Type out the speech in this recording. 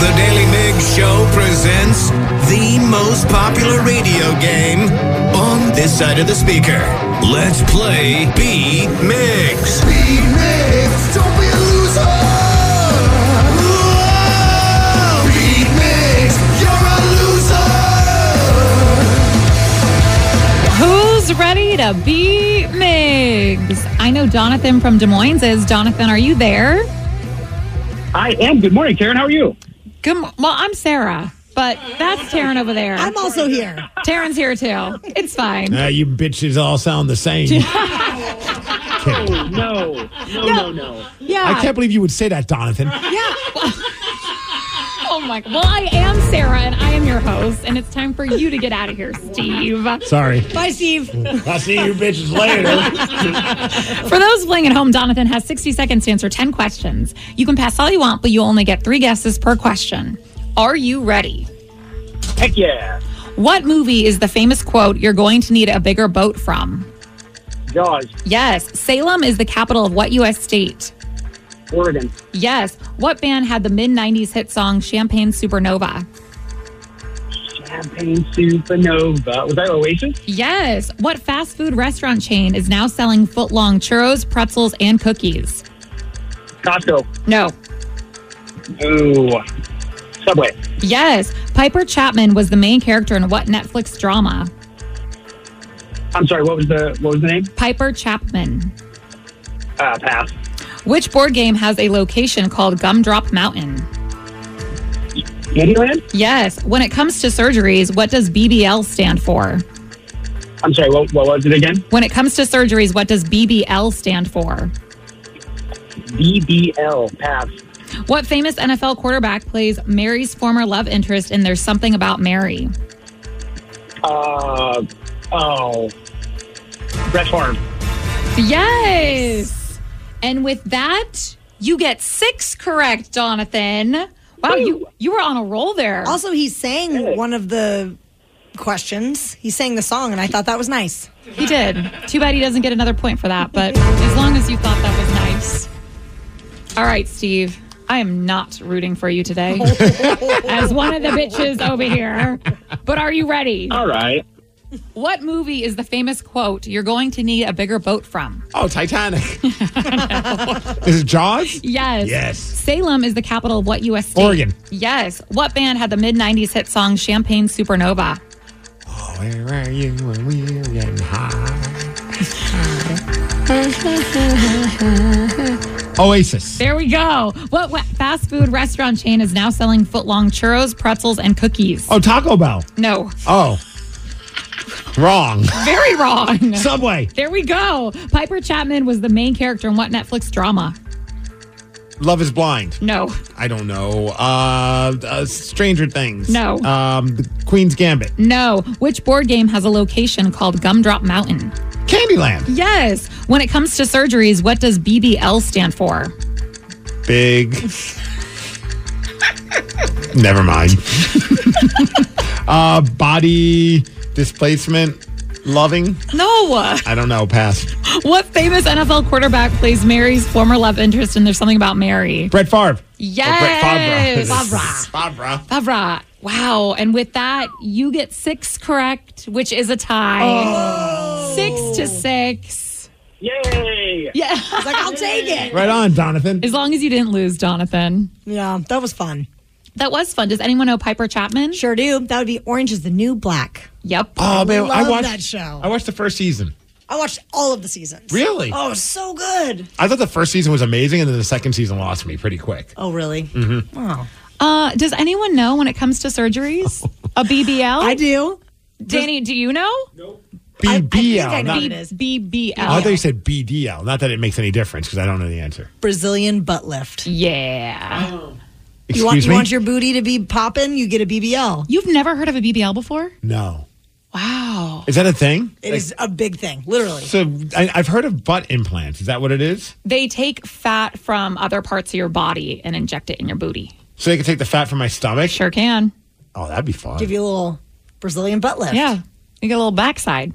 The Daily Big Show presents the most popular radio game on this side of the speaker. Let's play B Mix. B Mix, don't be a loser. B Mix, you're a loser. Who's ready to beat Migs? I know Jonathan from Des Moines is. Jonathan, are you there? I am. Good morning, Karen. How are you? Good. mo- Well, I'm Sarah, but that's Taryn over there. I'm also here. Taryn's here too. It's fine. Ah, you bitches all sound the same. No, no, no, no. Yeah. I can't believe you would say that, Donathan. oh my. Well, I am Sarah, and I am your host, and it's time for you to get out of here, Steve. Sorry. Bye, Steve. I'll see you bitches later. For those playing at home, Jonathan has 60 seconds to answer 10 questions. You can pass all you want, but you only get three guesses per question. Are you ready? Heck yeah. What movie is the famous quote, You're going to need a bigger boat from? Jaws, Yes. Salem is the capital of what U.S. state? Oregon, Yes. What band had the mid 90s hit song Champagne Supernova? Champagne Supernova. Was that Oasis? Yes. What fast food restaurant chain is now selling foot long churros, pretzels, and cookies? Costco. No. Ooh. Subway. Yes. Piper Chapman was the main character in what Netflix drama? I'm sorry. What was the What was the name? Piper Chapman. Uh, pass. Which board game has a location called Gumdrop Mountain? Candyland. Yes. When it comes to surgeries, what does BBL stand for? I'm sorry. What What was it again? When it comes to surgeries, what does BBL stand for? BBL. Pass. What famous NFL quarterback plays Mary's former love interest in There's Something About Mary? Uh. Oh. Brett Favre. Yes. And with that, you get six correct, Jonathan. Wow, you you were on a roll there. Also, he sang one of the questions. He sang the song, and I thought that was nice. He did. Too bad he doesn't get another point for that, but as long as you thought that was nice. All right, Steve. I am not rooting for you today as one of the bitches over here. But are you ready? Uh, All right. What movie is the famous quote, You're going to need a bigger boat from? oh, Titanic. Is it Jaws? Yes. Yes. Salem is the capital of what U.S. state? Oregon. Yes. What band had the mid 90s hit song Champagne Supernova? Oh, where are you when we were getting high? Oasis. There we go. What wa- fast food restaurant chain is now selling footlong churros, pretzels, and cookies? Oh, Taco Bell. No. Oh. Wrong. Very wrong. Subway. there we go. Piper Chapman was the main character in what Netflix drama? Love is blind. No. I don't know. Uh, uh Stranger Things. No. Um, the Queen's Gambit. No. Which board game has a location called Gumdrop Mountain? Candyland. Yes. When it comes to surgeries, what does BBL stand for? Big. Never mind. uh, body displacement. Loving. No. I don't know. Pass. What famous NFL quarterback plays Mary's former love interest in There's Something About Mary? Brett Favre. Yes. Or Oh, Brett Favre. Favre. Favre. Favre. Wow. And with that, you Oh. get six correct, which is a tie. Six to six. Yay! Yeah. I was like, I'll take it. Right on, Donathan. as long as you didn't lose, Jonathan. Yeah, that was fun. That was fun. Does anyone know Piper Chapman? Sure do. That would be Orange is the New Black. Yep. Oh man, love I watched that show. I watched the first season. I watched all of the seasons. Really? Oh, it was so good. I thought the first season was amazing, and then the second season lost me pretty quick. Oh, really? Mm. Wow. Uh, does anyone know when it comes to surgeries? A BBL? I do. Danny, do you know? BBL. I know not- what it is. BBL. I thought you said BDL. Not that it makes any difference because I don't know the answer. Brazilian butt lift. yeah. Excuse You want, you me? want your booty to be popping? You get a BBL. You've never heard of a BBL before? no. Wow. Is that a thing? It is a big thing, literally. So I, I've heard of butt implants. Is that what it is? They take fat from other parts of your body and inject it in your booty. So they can take the fat from my stomach? Sure can. Oh, that'd be fun. Give you a little Brazilian butt lift. Yeah. You get a little backside.